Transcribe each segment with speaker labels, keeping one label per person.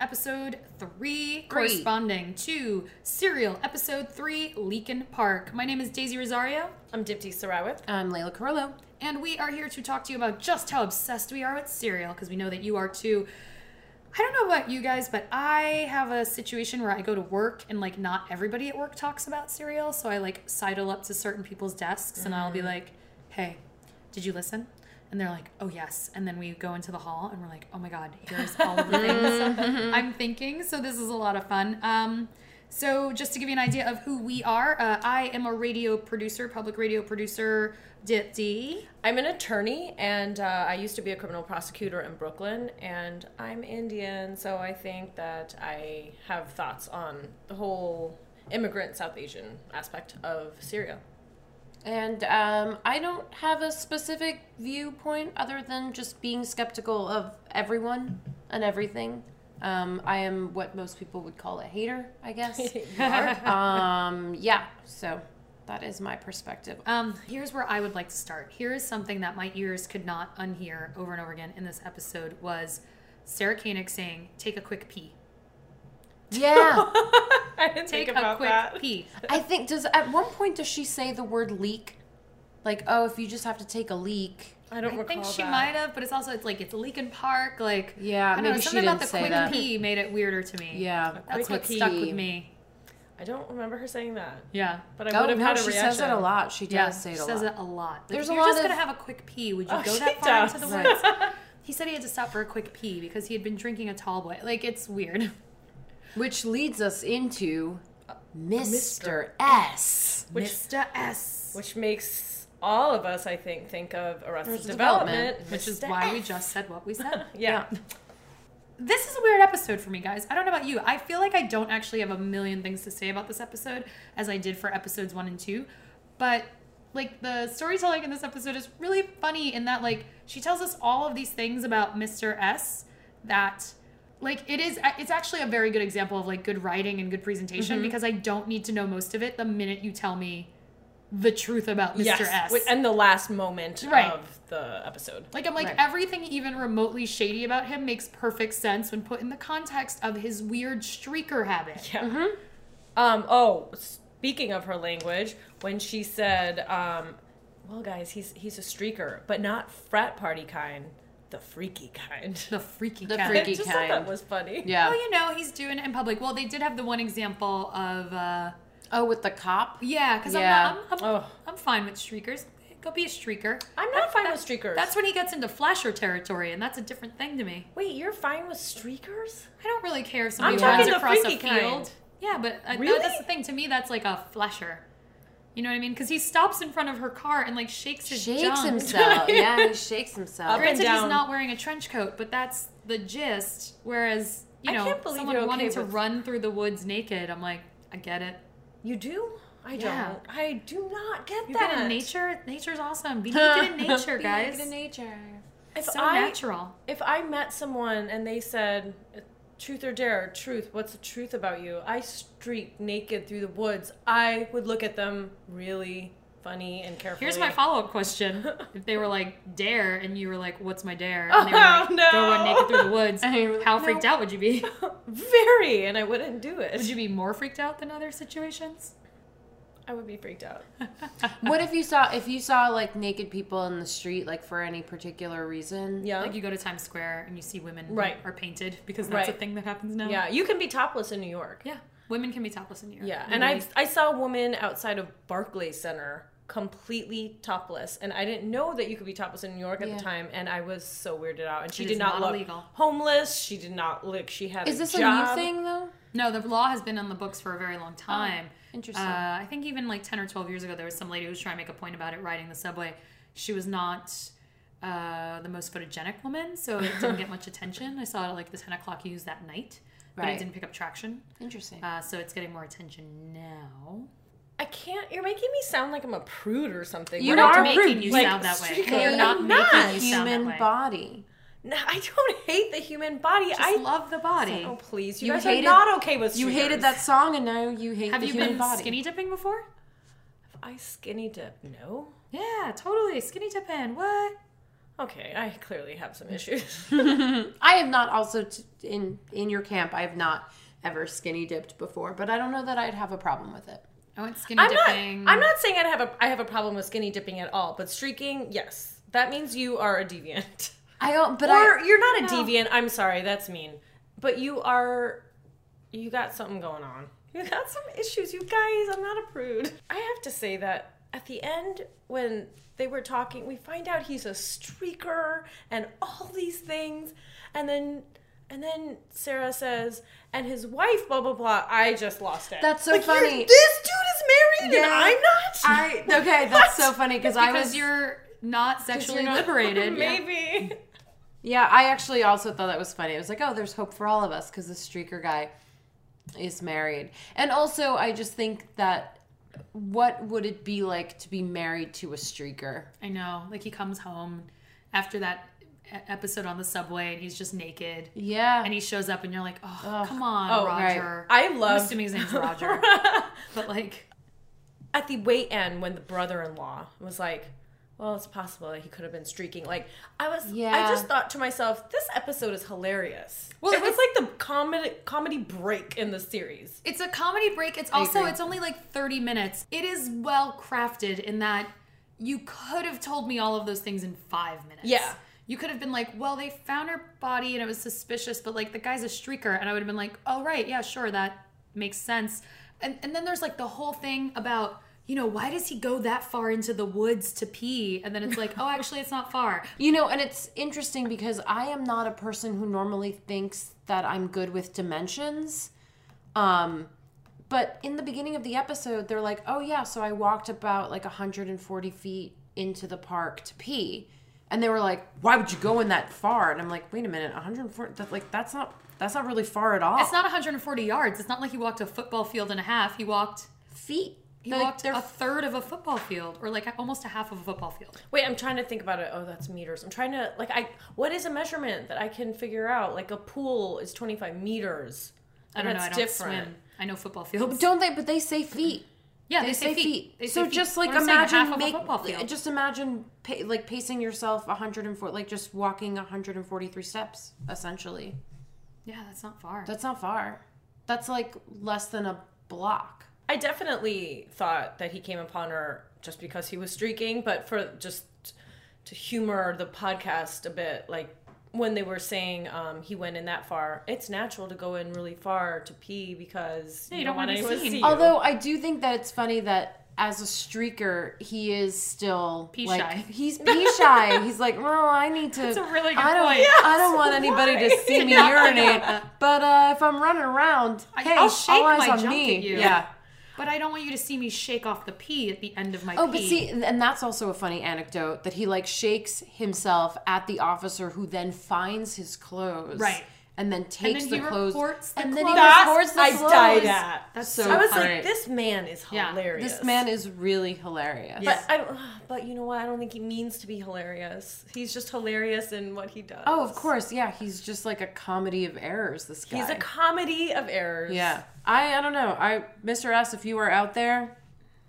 Speaker 1: episode three,
Speaker 2: Three.
Speaker 1: corresponding to Serial episode three, Leakin Park. My name is Daisy Rosario,
Speaker 3: I'm Dipti Sarawit.
Speaker 2: I'm Layla Carollo.
Speaker 1: and we are here to talk to you about just how obsessed we are with Serial because we know that you are too. I don't know about you guys, but I have a situation where I go to work and like not everybody at work talks about Serial, so I like sidle up to certain people's desks and I'll be like, "Hey, did you listen?" And they're like, "Oh yes." And then we go into the hall and we're like, "Oh my god, here's all of the things I'm thinking." So this is a lot of fun. Um, so just to give you an idea of who we are, uh, I am a radio producer, public radio producer, Dipti.
Speaker 3: I'm an attorney, and uh, I used to be a criminal prosecutor in Brooklyn, and I'm Indian, so I think that I have thoughts on the whole immigrant South Asian aspect of Syria.
Speaker 2: And um, I don't have a specific viewpoint other than just being skeptical of everyone and everything. Um, I am what most people would call a hater, I guess. um, yeah, so that is my perspective.
Speaker 1: Um, here's where I would like to start. Here is something that my ears could not unhear over and over again in this episode was Sarah Koenig saying, "Take a quick pee."
Speaker 2: Yeah,
Speaker 3: I
Speaker 1: Take
Speaker 3: didn't think
Speaker 1: a
Speaker 3: about
Speaker 1: quick
Speaker 3: that.
Speaker 1: pee.
Speaker 2: I think does at one point does she say the word leak? Like, oh, if you just have to take a leak.
Speaker 3: I don't
Speaker 1: I
Speaker 3: recall
Speaker 1: think she
Speaker 3: that.
Speaker 1: might have, but it's also it's like it's Lincoln Park, like
Speaker 2: Yeah,
Speaker 1: I don't know,
Speaker 2: maybe she
Speaker 1: something about
Speaker 2: didn't
Speaker 1: the
Speaker 2: say
Speaker 1: quick
Speaker 2: that.
Speaker 1: pee made it weirder to me.
Speaker 2: Yeah.
Speaker 1: that's
Speaker 3: Quick
Speaker 1: what
Speaker 3: pee.
Speaker 1: stuck with me.
Speaker 3: I don't remember her saying that,
Speaker 1: Yeah,
Speaker 3: but I
Speaker 2: Oh
Speaker 3: would have
Speaker 2: no,
Speaker 3: had a
Speaker 2: she
Speaker 3: reaction.
Speaker 2: says it a lot. She does
Speaker 1: yeah,
Speaker 2: say it
Speaker 1: she
Speaker 2: a
Speaker 1: says
Speaker 2: lot.
Speaker 1: it a lot. Like,
Speaker 2: There's
Speaker 1: if
Speaker 2: a
Speaker 1: you're just
Speaker 2: lot
Speaker 1: gonna
Speaker 2: of-
Speaker 1: have a quick pee. Would you
Speaker 3: Oh,
Speaker 1: go
Speaker 3: she
Speaker 1: that far into
Speaker 3: does.
Speaker 1: the
Speaker 2: Right.
Speaker 1: woods? he said he had to stop for a quick pee because he had been drinking a tall boy. Like it's weird.
Speaker 2: Which leads us into Mr.
Speaker 3: Mr.
Speaker 2: S.
Speaker 3: Which-
Speaker 1: Mr. S,
Speaker 3: which makes all of us, I think, think of Arrested,
Speaker 2: Arrested
Speaker 3: Development,
Speaker 2: Development,
Speaker 1: which is
Speaker 3: Mr.
Speaker 1: why we
Speaker 3: F.
Speaker 1: just said what we said.
Speaker 3: yeah.
Speaker 1: this is a weird episode for me, guys. I don't know about you. I feel like I don't actually have a million things to say about this episode as I did for episodes one and two. But like the storytelling in this episode is really funny in that like she tells us all of these things about Mr. S that like it is it's actually a very good example of like good writing and good presentation because I don't need to know most of it the minute you tell me the truth about Mr. S.
Speaker 3: wi- and the last moment
Speaker 1: Right.
Speaker 3: of the episode.
Speaker 1: Like I'm like
Speaker 2: Right.
Speaker 1: everything even remotely shady about him makes perfect sense when put in the context of his weird streaker habit.
Speaker 3: Yeah. Um. Oh, speaking of her language, when she said, um, "Well, guys, he's he's a streaker, but not frat party kind, the freaky kind."
Speaker 1: The freaky
Speaker 2: The
Speaker 1: cat.
Speaker 3: I
Speaker 2: freaky-
Speaker 3: just thought that
Speaker 2: kind.
Speaker 3: was funny.
Speaker 2: Yeah.
Speaker 1: Well, you know, he's doing it in public. Well, they did have the one example of uh
Speaker 2: Oh, with the cop?
Speaker 1: yeah, because
Speaker 2: Yeah.
Speaker 1: I'm not I'm, I'm,
Speaker 3: Oh,
Speaker 1: I'm fine with streakers. Go be a streaker.
Speaker 3: I'm not fine
Speaker 1: that-
Speaker 3: with streakers.
Speaker 1: That's when he gets into flasher territory, and that's a different thing to me.
Speaker 3: wait. You're fine with streakers?
Speaker 1: I don't really care if somebody
Speaker 3: I'm
Speaker 1: runs
Speaker 3: talking the
Speaker 1: across a field.
Speaker 3: freaky kind.
Speaker 1: Yeah, but uh, that-
Speaker 3: Really?
Speaker 1: that's the thing. To me, that's like a flasher. You know what I mean? Because he stops in front of her car and like shakes his
Speaker 2: Shakes
Speaker 1: junk.
Speaker 2: himself. yeah, he shakes himself.
Speaker 3: Up and
Speaker 1: Granted, he's
Speaker 3: down.
Speaker 1: not wearing a trench coat, but that's the gist. Whereas, you
Speaker 3: I
Speaker 1: know,
Speaker 3: can't believe
Speaker 1: someone
Speaker 3: you're okay
Speaker 1: wanting to
Speaker 3: with-
Speaker 1: run through the woods naked, I'm like, I get it.
Speaker 3: You do? I
Speaker 1: Yeah.
Speaker 3: don't. I do not get
Speaker 1: You're
Speaker 3: that.
Speaker 1: good in nature. Nature's awesome. Be naked in nature, guys.
Speaker 2: nature.
Speaker 3: If
Speaker 1: It's so
Speaker 3: I
Speaker 1: natural.
Speaker 3: if I met someone and they said, "Truth or dare, truth, what's the truth about you?" I streak naked through the woods. I would look at them really funny and carefully.
Speaker 1: Here's my follow up question. If they were like, dare, and you were like, what's my dare? And they were
Speaker 3: Oh,
Speaker 1: like,
Speaker 3: no.
Speaker 1: go run naked through the woods,
Speaker 2: And you were like,
Speaker 1: how
Speaker 2: no.
Speaker 1: freaked out would you be?
Speaker 3: Very, and I wouldn't do it.
Speaker 1: Would you be more freaked out than other situations?
Speaker 3: I would be freaked out.
Speaker 2: What if you saw if you saw like naked people in the street like for any particular reason?
Speaker 3: Yeah.
Speaker 1: Like you go to Times Square and you see women who
Speaker 3: Right.
Speaker 1: are painted because that's a
Speaker 3: Right.
Speaker 1: thing that happens now.
Speaker 3: yeah, you can be topless in New York.
Speaker 1: Yeah. Women can be topless in New York.
Speaker 3: Yeah, and I I saw a woman outside of Barclays Center completely topless, and I didn't know that you could be topless in New York at
Speaker 2: Yeah.
Speaker 3: the time, and I was so weirded out. And she
Speaker 1: It is
Speaker 3: did
Speaker 1: not
Speaker 3: not, look
Speaker 1: illegal.
Speaker 3: homeless. She did not look. She had.
Speaker 2: Is this a new
Speaker 3: job.
Speaker 2: thing though?
Speaker 1: No, the law has been on the books for a very
Speaker 3: Oh,
Speaker 1: long time.
Speaker 2: interesting.
Speaker 1: Uh, I think even like 10 or 12 years ago, there was some lady who was trying to make a point about it riding the subway. She was not uh, the most photogenic woman, so it didn't get much attention. I saw it at like the 10 o'clock news that night, but it
Speaker 2: Right.
Speaker 1: didn't pick up traction.
Speaker 2: Interesting.
Speaker 1: Uh, so it's getting more attention now.
Speaker 3: I can't. You're making me sound like I'm a prude or something.
Speaker 2: You
Speaker 3: We're
Speaker 1: We're
Speaker 2: are
Speaker 1: not
Speaker 3: not
Speaker 1: making
Speaker 2: rude.
Speaker 1: you
Speaker 3: Like,
Speaker 1: sound that way.
Speaker 3: strictly
Speaker 1: They are not,
Speaker 3: not
Speaker 1: making you sound that
Speaker 2: human
Speaker 1: way.
Speaker 2: body.
Speaker 3: No, I don't hate the human body.
Speaker 1: Just
Speaker 3: I
Speaker 1: love the body.
Speaker 3: oh please, you,
Speaker 2: You
Speaker 3: guys
Speaker 2: hated-
Speaker 3: are not okay with.
Speaker 2: You hated
Speaker 3: streakers.
Speaker 2: that song and now you hate
Speaker 1: Have
Speaker 2: the
Speaker 1: you
Speaker 2: human
Speaker 1: been
Speaker 2: body.
Speaker 1: skinny dipping before?
Speaker 3: I skinny dip. No,
Speaker 1: Yeah, totally. Skinny dipping. What?
Speaker 3: Okay, I clearly have some issues.
Speaker 2: I have not also t- in in your camp. I have not ever skinny dipped before, but I don't know that I'd have a problem with it.
Speaker 1: I went skinny
Speaker 3: I'm not.
Speaker 1: dipping.
Speaker 3: I'm not saying I have a I have a problem with skinny dipping at all, but streaking, yes, that means you are a deviant.
Speaker 2: I don't, but
Speaker 3: or
Speaker 2: I
Speaker 3: you're not a
Speaker 2: No.
Speaker 3: deviant. I'm sorry, that's mean. But you are, you got something going on. You got some issues, you guys. I'm not a prude. I have to say that at the end, when they were talking, we find out he's a streaker and all these things, and then. And then Sarah says, and his wife, blah blah blah. I just lost it.
Speaker 2: That's so
Speaker 3: Like, you're-
Speaker 2: funny.
Speaker 3: This dude is married, and
Speaker 2: Yeah.
Speaker 3: I'm not.
Speaker 2: I okay. That's so funny because I
Speaker 1: because
Speaker 2: was
Speaker 1: you're not sexually
Speaker 2: not-
Speaker 1: liberated.
Speaker 3: Maybe.
Speaker 2: Yeah, I actually also thought that was funny. I was like, oh, there's hope for all of us because the streaker guy is married. And also, I just think that what would it be like to be married to a streaker?
Speaker 1: I know. Like he comes home after that e- episode on the subway and he's just naked.
Speaker 2: Yeah.
Speaker 1: And he shows up and you're like, oh, come on,
Speaker 3: Oh,
Speaker 1: Roger.
Speaker 3: I
Speaker 1: I'm
Speaker 3: love
Speaker 1: assuming his name's Roger. but like,
Speaker 3: at the way end when the brother-in-law was like well it's possible that he could have been streaking like i was i
Speaker 2: Yeah.
Speaker 3: just thought to myself this episode is hilarious well
Speaker 1: Well,
Speaker 3: it
Speaker 1: it
Speaker 3: was
Speaker 1: was-
Speaker 3: like the comedy comedy break in the series
Speaker 1: it's a comedy break. It's also,
Speaker 2: agree.
Speaker 1: it's only like 30 minutes. It is well crafted in that you could have told me all of those things in five minutes.
Speaker 3: Yeah.
Speaker 1: You could have been like, well, they found her body and it was suspicious, but like the guy's a streaker. And I would have been like, oh, right. Yeah, sure. That makes sense. And, and then there's like the whole thing about, you know, why does he go that far into the woods to pee? And then it's like, oh, actually, it's not far.
Speaker 2: You know, and it's interesting because I am not a person who normally thinks that I'm good with dimensions. Um, but in the beginning of the episode, they're like, oh, yeah, so I walked about like 140 feet into the park to pee. And they were like, why would you go in that far? And I'm like, wait a minute, 140, that, like, that's not, that's not really far at all.
Speaker 1: It's not 140 yards. It's not like he walked a football field and a half. He walked.
Speaker 2: feet.
Speaker 1: He
Speaker 2: Like,
Speaker 1: walked
Speaker 2: they're
Speaker 1: a third of a football field, or like almost a half of a football field.
Speaker 3: wait i'm trying to think about it oh that's meters i'm trying to like i what is a measurement that i can figure out like a pool is 25 meters
Speaker 1: I don't
Speaker 3: and
Speaker 1: know. I
Speaker 3: that's
Speaker 1: don't
Speaker 3: different
Speaker 1: swim. I know football fields.
Speaker 2: Don't they? But they say feet.
Speaker 1: yeah,
Speaker 2: They, say, feet.
Speaker 1: They say
Speaker 2: so
Speaker 1: feet.
Speaker 2: just like
Speaker 1: But I'm saying half
Speaker 2: imagine
Speaker 1: of a football
Speaker 2: make,
Speaker 1: field.
Speaker 2: just imagine pa- like pacing yourself 104 like just walking 143 steps essentially.
Speaker 1: yeah, that's not far.
Speaker 2: That's not far. That's like less than a block.
Speaker 3: I definitely thought that he came upon her just because he was streaking, but for just to humor the podcast a bit, like when they were saying um, he went in that far, it's natural to go in really far to pee because
Speaker 1: Yeah, you don't wanna be
Speaker 3: anyone to
Speaker 1: seen.
Speaker 3: see you.
Speaker 2: Although I do think that it's funny that as a streaker, he is still
Speaker 1: Pea
Speaker 2: like,
Speaker 1: shy.
Speaker 2: He's pee shy. He's like, well, I need to. That's
Speaker 1: a really good
Speaker 2: I don't,
Speaker 1: point.
Speaker 2: I don't want anybody to see me urinate. But uh, if I'm running around, hey,
Speaker 1: I'll shake
Speaker 2: all eyes
Speaker 1: my
Speaker 2: on
Speaker 1: junk
Speaker 2: me.
Speaker 1: at you.
Speaker 2: Yeah.
Speaker 1: but I don't want you to see me shake off the pee at the end of my.
Speaker 2: Oh,
Speaker 1: pee.
Speaker 2: but see, and that's also a funny anecdote that he like shakes himself at the officer who then finds his clothes.
Speaker 1: Right.
Speaker 2: And then takes
Speaker 1: then
Speaker 2: the
Speaker 1: he
Speaker 2: clothes.
Speaker 1: reports the
Speaker 2: and then
Speaker 1: clothes.
Speaker 2: he
Speaker 3: That's-
Speaker 2: reports the
Speaker 3: I
Speaker 2: clothes.
Speaker 3: died at.
Speaker 1: that's
Speaker 2: so
Speaker 1: so.
Speaker 3: I was
Speaker 2: funny.
Speaker 3: like, this man is
Speaker 1: Yeah, this
Speaker 3: hilarious.
Speaker 2: This man is really hilarious.
Speaker 3: But I, don't- but you know what? I don't think he means to be hilarious. He's just hilarious in what he does.
Speaker 2: Oh, of course, yeah. He's just like a comedy of errors. This guy.
Speaker 3: He's a comedy of errors.
Speaker 2: yeah. I I don't know. I Mr. S, if you are out there,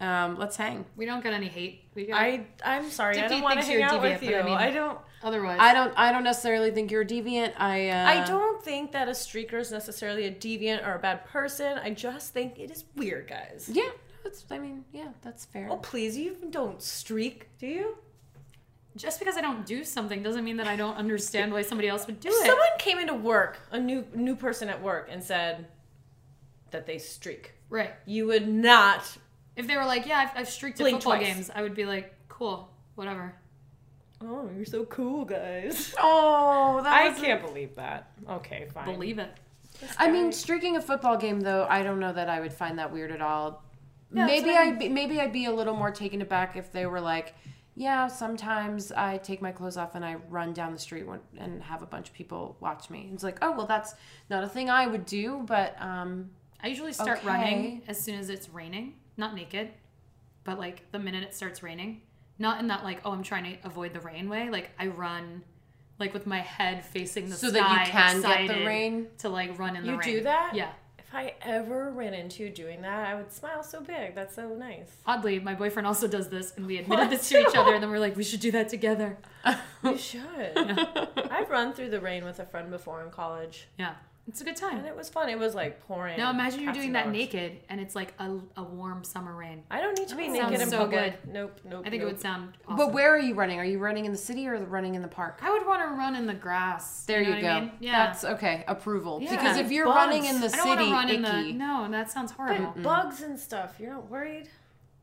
Speaker 2: um, let's hang.
Speaker 1: we don't get any hate. We get
Speaker 3: I I'm sorry. I
Speaker 1: Dickie
Speaker 3: don't want to
Speaker 1: thinks
Speaker 3: hang
Speaker 1: you're a
Speaker 3: out
Speaker 1: deviant,
Speaker 3: with
Speaker 1: but
Speaker 3: you.
Speaker 1: I mean- uh,
Speaker 3: I don't.
Speaker 1: otherwise.
Speaker 2: I don't. I don't necessarily think you're a deviant. I. Uh,
Speaker 3: I don't think that a streaker is necessarily a deviant or a bad person. I just think it is weird, guys.
Speaker 2: Yeah. That's. I mean, yeah. That's fair.
Speaker 3: Oh, please, you don't streak, do you?
Speaker 1: just because I don't do something doesn't mean that I don't understand why somebody else would do
Speaker 3: If
Speaker 1: it.
Speaker 3: someone came into work, a new new person at work, and said that they streak,
Speaker 1: right.
Speaker 3: you would not.
Speaker 1: If they were like, "Yeah, I've, I've streaked at
Speaker 3: Blink
Speaker 1: football
Speaker 3: twice.
Speaker 1: games," I would be like, "Cool, whatever."
Speaker 3: Oh, you're so cool, guys.
Speaker 2: Oh, that
Speaker 3: I
Speaker 2: was-
Speaker 3: can't believe that. Okay, fine.
Speaker 1: Believe it.
Speaker 2: I mean, streaking a football game though, I don't know that I would find that weird at all.
Speaker 1: Yeah, that's
Speaker 2: maybe
Speaker 1: what I
Speaker 2: I'd be, maybe I'd be a little more taken aback if they were like, "Yeah, sometimes I take my clothes off and I run down the street when- and have a bunch of people watch me." It's like, "Oh, well, that's not a thing I would do," but um,
Speaker 1: I usually start
Speaker 2: Okay.
Speaker 1: running as soon as it's raining, not naked, but like the minute it starts raining, not in that like oh I'm trying to avoid the rain way. Like I run, like with my head facing the
Speaker 2: So
Speaker 1: sky,
Speaker 2: that you can get the
Speaker 1: excited
Speaker 2: rain?
Speaker 1: to like run in the
Speaker 3: You
Speaker 1: rain.
Speaker 3: do that?
Speaker 1: Yeah.
Speaker 3: If I ever ran into doing that, I would smile so big. That's so nice.
Speaker 1: Oddly, my boyfriend also does this, and we admitted this to each other, and then we're like, we should do that together.
Speaker 3: You should. I've run through the rain with a friend before in college,
Speaker 1: Yeah, it's a good time.
Speaker 3: and it was fun. It was like pouring.
Speaker 1: Now imagine you're
Speaker 3: cats
Speaker 1: doing
Speaker 3: and
Speaker 1: that
Speaker 3: dogs.
Speaker 1: naked, and it's like a, a warm summer rain.
Speaker 3: I don't need to be
Speaker 1: That
Speaker 3: naked
Speaker 1: sounds
Speaker 3: in
Speaker 1: so
Speaker 3: public. Nope, nope.
Speaker 1: I think it
Speaker 3: nope.
Speaker 1: would sound. Awesome.
Speaker 2: But where are you running? Are you running in the city or running in the park?
Speaker 1: I would want to run in the grass.
Speaker 2: There you,
Speaker 1: know
Speaker 2: go.
Speaker 1: what I mean? Yeah.
Speaker 2: That's okay. Approval.
Speaker 1: Yeah.
Speaker 2: Because if you're
Speaker 3: Bugs.
Speaker 2: running in the
Speaker 1: I don't want
Speaker 2: city,
Speaker 1: to run in the.
Speaker 2: icky.
Speaker 1: No, that sounds
Speaker 3: But
Speaker 1: horrible.
Speaker 3: bugs and stuff. You're not worried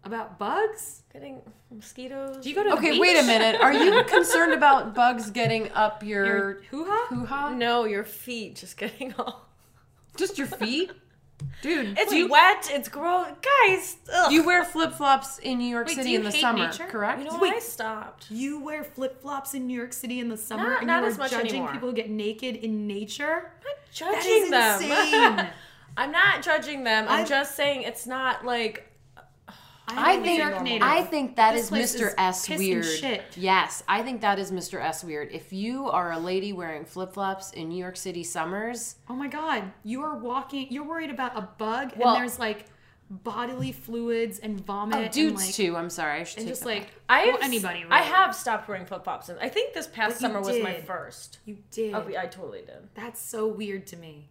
Speaker 1: About bugs?
Speaker 3: getting mosquitoes.
Speaker 1: Do you go to the
Speaker 2: okay,
Speaker 1: beach?
Speaker 2: wait a minute. Are you concerned about bugs getting up your,
Speaker 1: Your hoo ha?
Speaker 2: hoo ha?
Speaker 3: Oh, No, your feet just getting all.
Speaker 2: Just your feet, dude.
Speaker 3: It's
Speaker 2: do you,
Speaker 3: wet. It's gross, guys. Ugh.
Speaker 2: you wear flip flops in New York
Speaker 1: Wait, do
Speaker 2: City
Speaker 1: you
Speaker 2: in the
Speaker 1: hate
Speaker 2: summer,
Speaker 1: nature?
Speaker 2: correct?
Speaker 3: You know
Speaker 1: Wait.
Speaker 3: what? I stopped.
Speaker 1: You wear flip flops in New York City in the summer,
Speaker 3: Not-
Speaker 1: and
Speaker 3: not
Speaker 1: you are
Speaker 3: as much
Speaker 1: judging
Speaker 3: anymore.
Speaker 1: people who get naked in nature.
Speaker 3: I'm not
Speaker 1: That
Speaker 3: judging
Speaker 1: is
Speaker 3: them.
Speaker 1: insane.
Speaker 3: I'm not judging them. I'm
Speaker 1: I've-
Speaker 3: just saying it's not like
Speaker 2: I
Speaker 1: am a
Speaker 2: think
Speaker 1: New York native.
Speaker 2: I think that
Speaker 1: This
Speaker 2: is
Speaker 1: place
Speaker 2: Mr.
Speaker 1: is
Speaker 2: S
Speaker 1: piss and
Speaker 2: weird.
Speaker 1: shit.
Speaker 2: Yes, I think that is Mr. S weird. If you are a lady wearing flip flops in New York City summers,
Speaker 1: Oh my god, you are walking. You're worried about a bug,
Speaker 2: Well-
Speaker 1: and there's like bodily fluids and vomit.
Speaker 2: oh,
Speaker 1: and,
Speaker 2: dudes
Speaker 1: like,
Speaker 2: too. I'm sorry, I should
Speaker 1: And
Speaker 2: take
Speaker 1: just
Speaker 2: that back.
Speaker 1: like
Speaker 3: I
Speaker 1: well, anybody. Really.
Speaker 3: I have stopped wearing flip flops. I think this past
Speaker 1: But you
Speaker 3: summer was my
Speaker 1: did.
Speaker 3: first.
Speaker 1: You did.
Speaker 3: Oh, yeah, I totally did.
Speaker 1: That's so weird to me.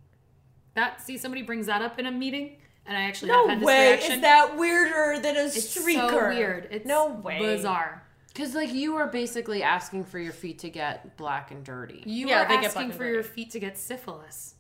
Speaker 1: That see, somebody brings that up in a meeting, and I actually have had this reaction.
Speaker 3: that weirder than a
Speaker 1: it's so weird. It's
Speaker 3: no way.
Speaker 1: bizarre.
Speaker 2: Because like you are basically asking for your feet to get black and dirty.
Speaker 1: You
Speaker 3: Yeah,
Speaker 1: are
Speaker 3: they get
Speaker 1: asking
Speaker 3: fucking
Speaker 1: for your
Speaker 3: dirty.
Speaker 1: feet to get syphilis.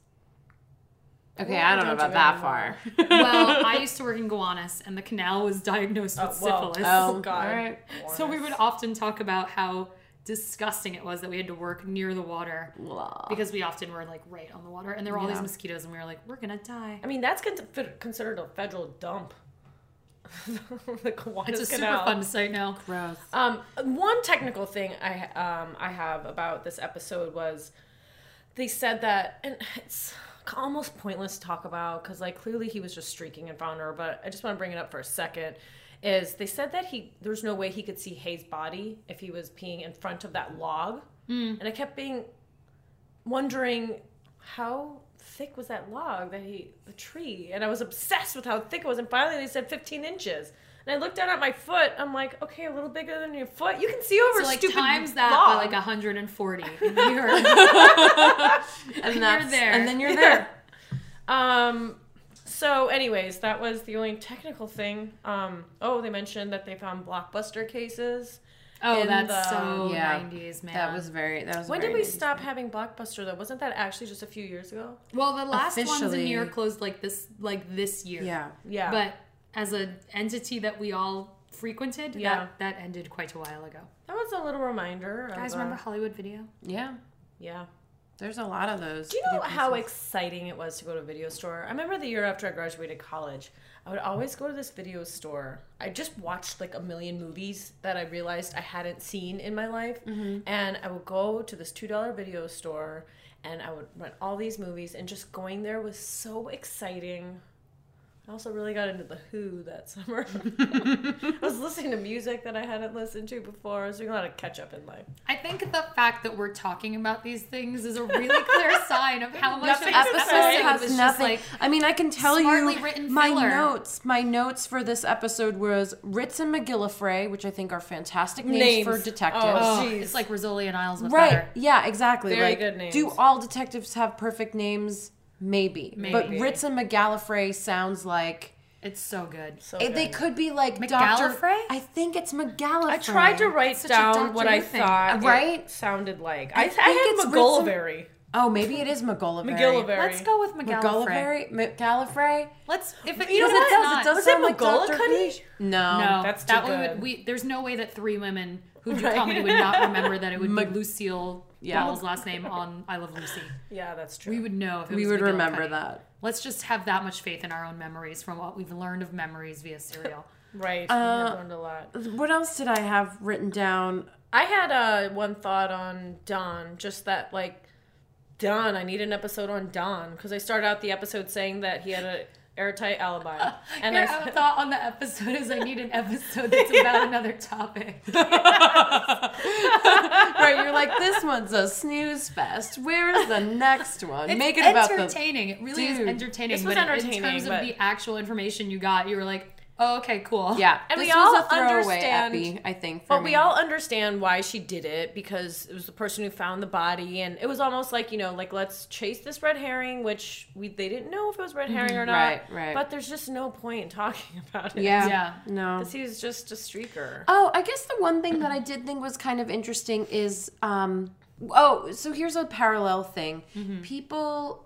Speaker 2: Okay,
Speaker 3: Well,
Speaker 2: I don't know
Speaker 3: don't
Speaker 2: about
Speaker 3: do
Speaker 2: that
Speaker 3: anymore.
Speaker 2: far.
Speaker 1: Well, I used to work in Gowanus, and the canal was diagnosed
Speaker 3: Oh,
Speaker 1: with
Speaker 3: well.
Speaker 1: syphilis.
Speaker 3: Oh, God.
Speaker 2: All right.
Speaker 1: So we would often talk about how disgusting it was that we had to work near the water
Speaker 2: Blah.
Speaker 1: because we often were like right on the water, and there were all
Speaker 2: Yeah.
Speaker 1: these mosquitoes, and we were like, we're gonna die.
Speaker 3: I mean, that's con- fi- considered a federal dump. the Kiwanis
Speaker 1: It's a super
Speaker 3: Canal.
Speaker 1: fun site now.
Speaker 2: Gross.
Speaker 3: Um, one technical thing I um, I have about this episode was they said that, and it's almost pointless to talk about because like clearly he was just streaking and found her, but I just want to bring it up for a second. Is they said that he there's no way he could see Hay's body if he was peeing in front of that log,
Speaker 1: Mm.
Speaker 3: and I kept being wondering how thick was that log that he the tree and i was obsessed with how thick it was and finally they said 15 inches and i looked down at my foot i'm like okay a little bigger than your foot you can see over
Speaker 1: So like
Speaker 3: stupid
Speaker 1: times that
Speaker 3: log.
Speaker 1: by like 140. And you're-
Speaker 2: And that's
Speaker 1: there.
Speaker 2: and then you're there.
Speaker 3: um so anyways that was the only technical thing um oh they mentioned that they found blockbuster cases
Speaker 1: oh,
Speaker 3: In
Speaker 1: that's
Speaker 3: the-
Speaker 1: so
Speaker 2: Yeah.
Speaker 1: 90s, man.
Speaker 2: That was very. That was.
Speaker 3: when
Speaker 2: very
Speaker 3: did we
Speaker 2: nice.
Speaker 3: stop having blockbuster though wasn't that actually just a few years ago
Speaker 1: well, the last ones in
Speaker 2: Officially-
Speaker 1: New York closed like this, like this year.
Speaker 2: Yeah.
Speaker 3: yeah
Speaker 1: But as an entity that we all frequented,
Speaker 3: Yeah.
Speaker 1: that, that ended quite a while ago.
Speaker 3: that was a little reminder of,
Speaker 1: Guys,
Speaker 3: uh,
Speaker 1: remember Hollywood Video?
Speaker 2: Yeah.
Speaker 3: yeah
Speaker 2: There's a lot of those.
Speaker 3: Do you know
Speaker 2: new
Speaker 3: how
Speaker 2: pieces.
Speaker 3: exciting it was to go to a video store? I remember the year after I graduated college, I would always go to this video store. I just watched like a million movies that I realized I hadn't seen in my life. And I would go to this $2 video store and I would rent all these movies, and just going there was so exciting. I also really got into The Who that summer. I was listening to music that I hadn't listened to before. I was doing a lot of catch up in life.
Speaker 1: I think the fact that we're talking about these things is a really clear sign of how much of
Speaker 3: Nothing
Speaker 1: this
Speaker 3: to
Speaker 1: episode
Speaker 3: say.
Speaker 2: episode
Speaker 1: was
Speaker 2: has
Speaker 1: just
Speaker 2: nothing.
Speaker 1: like
Speaker 2: I mean, I can tell
Speaker 1: smartly
Speaker 2: you
Speaker 1: written
Speaker 2: my
Speaker 1: filler.
Speaker 2: notes. My notes for this episode was Ritz and McGillifrey, which I think are fantastic names,
Speaker 3: Names.
Speaker 2: for detectives.
Speaker 3: Oh,
Speaker 1: Oh,
Speaker 3: Jeez.
Speaker 1: it's like Rizzoli and Isles with
Speaker 2: right?
Speaker 1: better.
Speaker 2: Yeah, exactly.
Speaker 3: Very
Speaker 2: like,
Speaker 3: good names.
Speaker 2: Do all detectives have perfect names? Maybe. but
Speaker 1: Maybe.
Speaker 2: Ritz and McGallifrey sounds like
Speaker 1: It's so good.
Speaker 3: So
Speaker 2: it- they
Speaker 3: good.
Speaker 2: could be like Doctor.
Speaker 1: McGallifrey?
Speaker 2: I think it's McGallifrey.
Speaker 3: I tried to write
Speaker 1: such a
Speaker 3: down what
Speaker 1: Dr.
Speaker 3: I
Speaker 1: Who thing.
Speaker 3: thought it
Speaker 2: Uh, Right?
Speaker 3: sounded like. I, I,
Speaker 2: think
Speaker 3: had
Speaker 2: it's
Speaker 3: McGullivery.
Speaker 2: Oh, maybe it is McGillivray.
Speaker 3: McGillivray.
Speaker 1: Let's go with McGallifrey.
Speaker 2: McGallifrey. McGallifrey.
Speaker 1: Let's if it,
Speaker 2: You know
Speaker 1: because
Speaker 2: what?
Speaker 1: it's
Speaker 2: It does-
Speaker 1: not-
Speaker 2: it does
Speaker 3: Was it
Speaker 2: sound like Dr.
Speaker 3: McGullicuddy?
Speaker 2: Who. No.
Speaker 1: No,
Speaker 3: that's
Speaker 1: that
Speaker 3: too
Speaker 1: one would
Speaker 3: good.
Speaker 1: we. There's no way that three women who do comedy would not remember that it would be Lucille
Speaker 2: Yeah.
Speaker 1: Ball's last name on I Love Lucy.
Speaker 3: Yeah, that's true.
Speaker 1: We would know if it
Speaker 2: We
Speaker 1: was
Speaker 2: would remember
Speaker 1: McGillicuddy.
Speaker 2: that.
Speaker 1: Let's just have that much faith in our own memories from what we've learned of memories via serial.
Speaker 3: right.
Speaker 2: Uh,
Speaker 3: we learned a lot.
Speaker 2: What else did I have written down?
Speaker 3: I had uh, one thought on Don, just that like Don. I need an episode on Don because I started out the episode saying that he had a airtight alibi. And
Speaker 1: Your
Speaker 3: I said-
Speaker 1: thought on the episode is I need an episode that's about another topic.
Speaker 2: right, you're like, this one's a snooze fest. Where is the next one?
Speaker 1: It's
Speaker 2: Make it about the.
Speaker 1: entertaining. it really is
Speaker 2: Dude,
Speaker 1: entertaining.
Speaker 3: this was
Speaker 1: but in
Speaker 3: entertaining,
Speaker 1: terms
Speaker 3: but-
Speaker 1: of the actual information you got, you were like, oh, okay, cool.
Speaker 2: Yeah,
Speaker 3: And
Speaker 2: this
Speaker 3: we
Speaker 2: was
Speaker 3: all
Speaker 2: a throwaway
Speaker 3: understand-
Speaker 2: epi, I think. For
Speaker 3: But
Speaker 2: me.
Speaker 3: we all understand why she did it because it was the person who found the body, and it was almost like you know, like let's chase this red herring, which we they didn't know if it was red herring or not.
Speaker 2: Right, right.
Speaker 3: But there's just no point in talking about it.
Speaker 2: Yeah.
Speaker 1: Yeah.
Speaker 2: No.
Speaker 3: because he was just a streaker.
Speaker 2: Oh, I guess the one thing that I did think was kind of interesting is um oh, so here's a parallel thing.
Speaker 1: Mm-hmm.
Speaker 2: People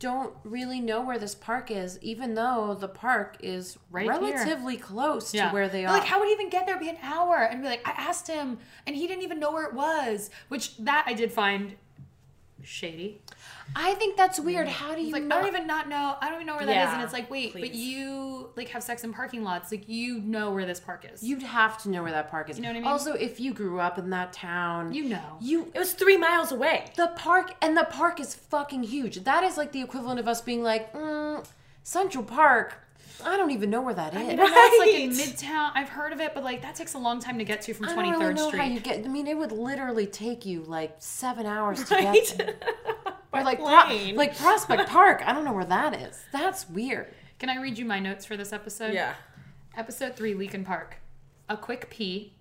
Speaker 2: don't really know where this park is, even though the park is
Speaker 1: Right here.
Speaker 2: relatively close
Speaker 1: Yeah.
Speaker 2: to where they
Speaker 1: But,
Speaker 2: are.
Speaker 1: Like, how would he even get there? It'd be an hour, and be like, I asked him, and he didn't even know where it was. Which that I did find shady.
Speaker 2: I think that's weird. How do you
Speaker 1: It's like,
Speaker 2: not-
Speaker 1: I don't even not know. I don't even know where that is.
Speaker 3: Yeah,
Speaker 1: And it's like, wait, but
Speaker 3: please.
Speaker 1: you like have sex in parking lots. Like, you know where this park is.
Speaker 2: You'd have to know where that park is. You
Speaker 1: know what I mean?
Speaker 2: Also, if you grew up in that town,
Speaker 1: You know.
Speaker 2: you
Speaker 3: It was three miles away.
Speaker 2: the park and the park is fucking huge. That is like the equivalent of us being like, mm, Central Park. I don't even know where that is.
Speaker 1: I know it's like in
Speaker 3: Right.
Speaker 1: Midtown. I've heard of it, but like that takes a long time to get to from
Speaker 2: I
Speaker 1: Twenty
Speaker 2: don't
Speaker 1: Third
Speaker 2: really know
Speaker 1: Street.
Speaker 2: how you get. I mean, it would literally take you like seven hours to
Speaker 3: Right?
Speaker 2: get. there. Or like, Pro-
Speaker 3: plane.
Speaker 2: like Prospect Park. I don't know where that is. That's weird.
Speaker 1: Can I read you my notes for this episode?
Speaker 3: yeah.
Speaker 1: Episode three, Lincoln Park. A quick pee.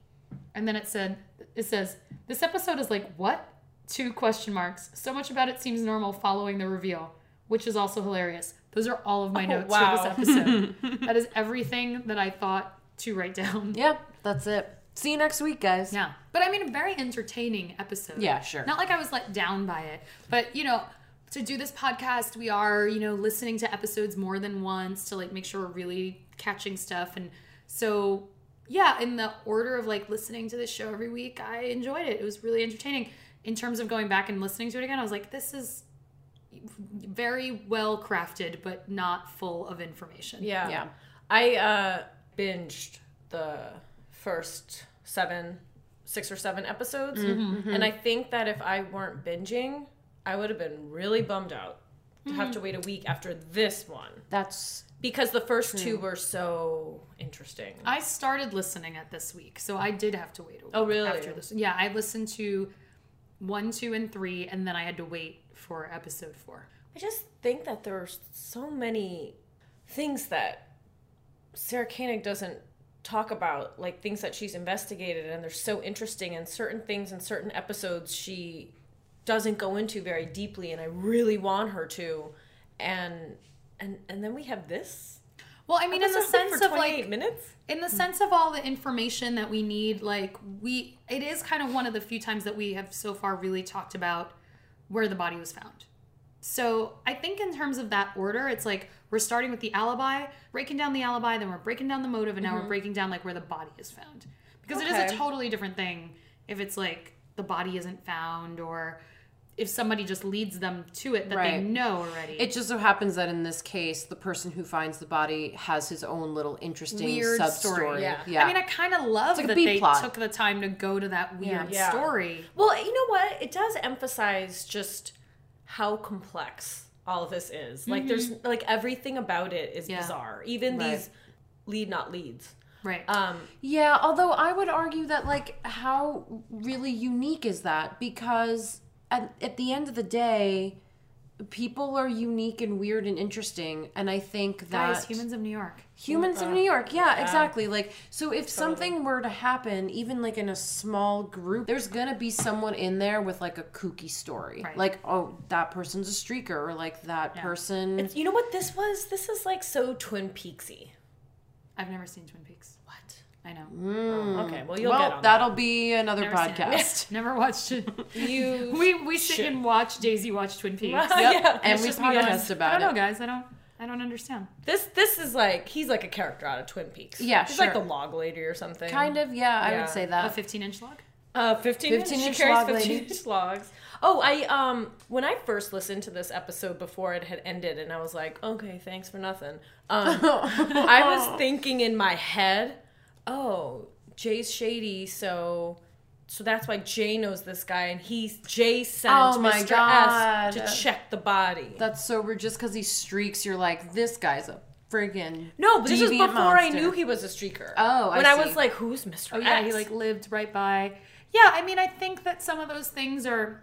Speaker 1: And then it said it says, This episode is like what? Two question marks. So much about it seems normal following the reveal, which is also hilarious. Those are all of my
Speaker 2: Oh,
Speaker 1: notes
Speaker 3: wow.
Speaker 1: for this episode. that is everything that I thought to write down.
Speaker 2: Yeah, that's it. See you next week, guys.
Speaker 1: Yeah. But I mean, a very entertaining episode.
Speaker 2: Yeah, sure.
Speaker 1: Not like I was let down by it, but you know, to do this podcast, we are, you know, listening to episodes more than once to like make sure we're really catching stuff. And so, yeah, in the order of like listening to this show every week, I enjoyed it. It was really entertaining. In terms of going back and listening to it again, I was like, this is very well crafted, but not full of information.
Speaker 3: Yeah.
Speaker 2: Yeah.
Speaker 3: I uh, binged the first seven, six or seven episodes. And I think that if I weren't binging, I would have been really bummed out to have to wait a week after this one
Speaker 2: That's
Speaker 3: because the first
Speaker 1: Hmm.
Speaker 3: two were so interesting.
Speaker 1: I started listening at this week, so I did have to wait a week.
Speaker 3: Oh, really?
Speaker 1: After this, yeah, I listened to one, two, and three, and then I had to wait for episode four.
Speaker 3: I just think that there are so many things that Sarah Koenig doesn't talk about, like things that she's investigated, and they're so interesting, and certain things in certain episodes she doesn't go into very deeply, and I really want her to, and and and then we have this.
Speaker 1: Well, I mean, in the
Speaker 3: episode for
Speaker 1: sense of
Speaker 3: 28
Speaker 1: like,
Speaker 3: minutes.
Speaker 1: in the sense of all the information that we need, like we, it is kind of one of the few times that we have so far really talked about where the body was found. So I think in terms of that order, it's like we're starting with the alibi, breaking down the alibi, then we're breaking down the motive, and now we're breaking down like where the body is found. Because it is
Speaker 3: Okay.
Speaker 1: a totally different thing if it's like the body isn't found or if somebody just leads them to it that they
Speaker 2: Right.
Speaker 1: know already.
Speaker 2: It just so happens that in this case, the person who finds the body has his own little interesting
Speaker 1: weird
Speaker 2: sub
Speaker 1: story.
Speaker 2: story.
Speaker 3: Yeah.
Speaker 1: I mean, I kind of love
Speaker 2: like a
Speaker 1: that
Speaker 2: B
Speaker 1: they
Speaker 2: plot.
Speaker 1: took the time to go to that weird
Speaker 3: Yeah.
Speaker 1: story.
Speaker 3: Well, you know what? It does emphasize just how complex all of this is. Like there's like everything about it is
Speaker 1: Yeah.
Speaker 3: bizarre. Even
Speaker 2: Mm-hmm. Right.
Speaker 3: these lead not leads.
Speaker 1: Right.
Speaker 3: Um
Speaker 2: Yeah, although I would argue that like how really unique is that? Because at, at the end of the day, people are unique and weird and interesting, and I think that
Speaker 1: Guys, humans of New York.
Speaker 2: humans of New York, yeah, exactly. Like so, if something were to happen, even like in a small group, there's gonna be someone in there with like a kooky story,
Speaker 1: Right.
Speaker 2: like oh that person's a streaker, or like that person.
Speaker 3: You know what this was? This is like so Twin Peaksy.
Speaker 1: I've never seen Twin Peaks.
Speaker 3: What?
Speaker 1: I know.
Speaker 3: Mm. Okay, well you'll
Speaker 2: hmm, well,
Speaker 3: get on that.
Speaker 2: that'll be another
Speaker 1: Never seen it.
Speaker 2: podcast.
Speaker 1: Never watched it.
Speaker 3: You
Speaker 1: we we sit
Speaker 3: Shit.
Speaker 1: and watch Daisy watch Twin Peaks.
Speaker 3: yeah.
Speaker 2: and
Speaker 1: It's
Speaker 2: we
Speaker 1: just me going,
Speaker 2: podcast about
Speaker 1: I
Speaker 2: it.
Speaker 1: don't know, guys. I don't. I don't understand.
Speaker 3: This this is like he's like a character out of Twin Peaks.
Speaker 2: Yeah,
Speaker 3: he's
Speaker 2: sure.
Speaker 3: like the log lady or something.
Speaker 2: Kind of, yeah, I
Speaker 3: Yeah.
Speaker 2: would say
Speaker 1: A
Speaker 2: that.
Speaker 1: fifteen inch log.
Speaker 3: Uh, 15,
Speaker 2: 15
Speaker 3: inch.
Speaker 2: inch
Speaker 3: She carries
Speaker 2: log
Speaker 3: 15
Speaker 2: lady.
Speaker 3: inch logs. Oh, I um when I first listened to this episode before it had ended, and I was like, okay, thanks for nothing. Um, I was thinking in my head, oh, Jay's shady, so so that's why Jay knows this guy, and he's Jay sent
Speaker 2: Oh my
Speaker 3: Mr.
Speaker 2: God.
Speaker 3: S to check the body.
Speaker 2: That's so rude. Just because he streaks, you're like, this guy's a friggin'
Speaker 3: No, but this was
Speaker 2: deviant
Speaker 3: before I
Speaker 2: monster.
Speaker 3: knew he was a streaker.
Speaker 2: Oh, I
Speaker 3: when I
Speaker 2: see.
Speaker 3: was like, "Who's Mr.
Speaker 1: Oh yeah,
Speaker 3: X?
Speaker 1: he like lived right by. Yeah, I mean, I think that some of those things are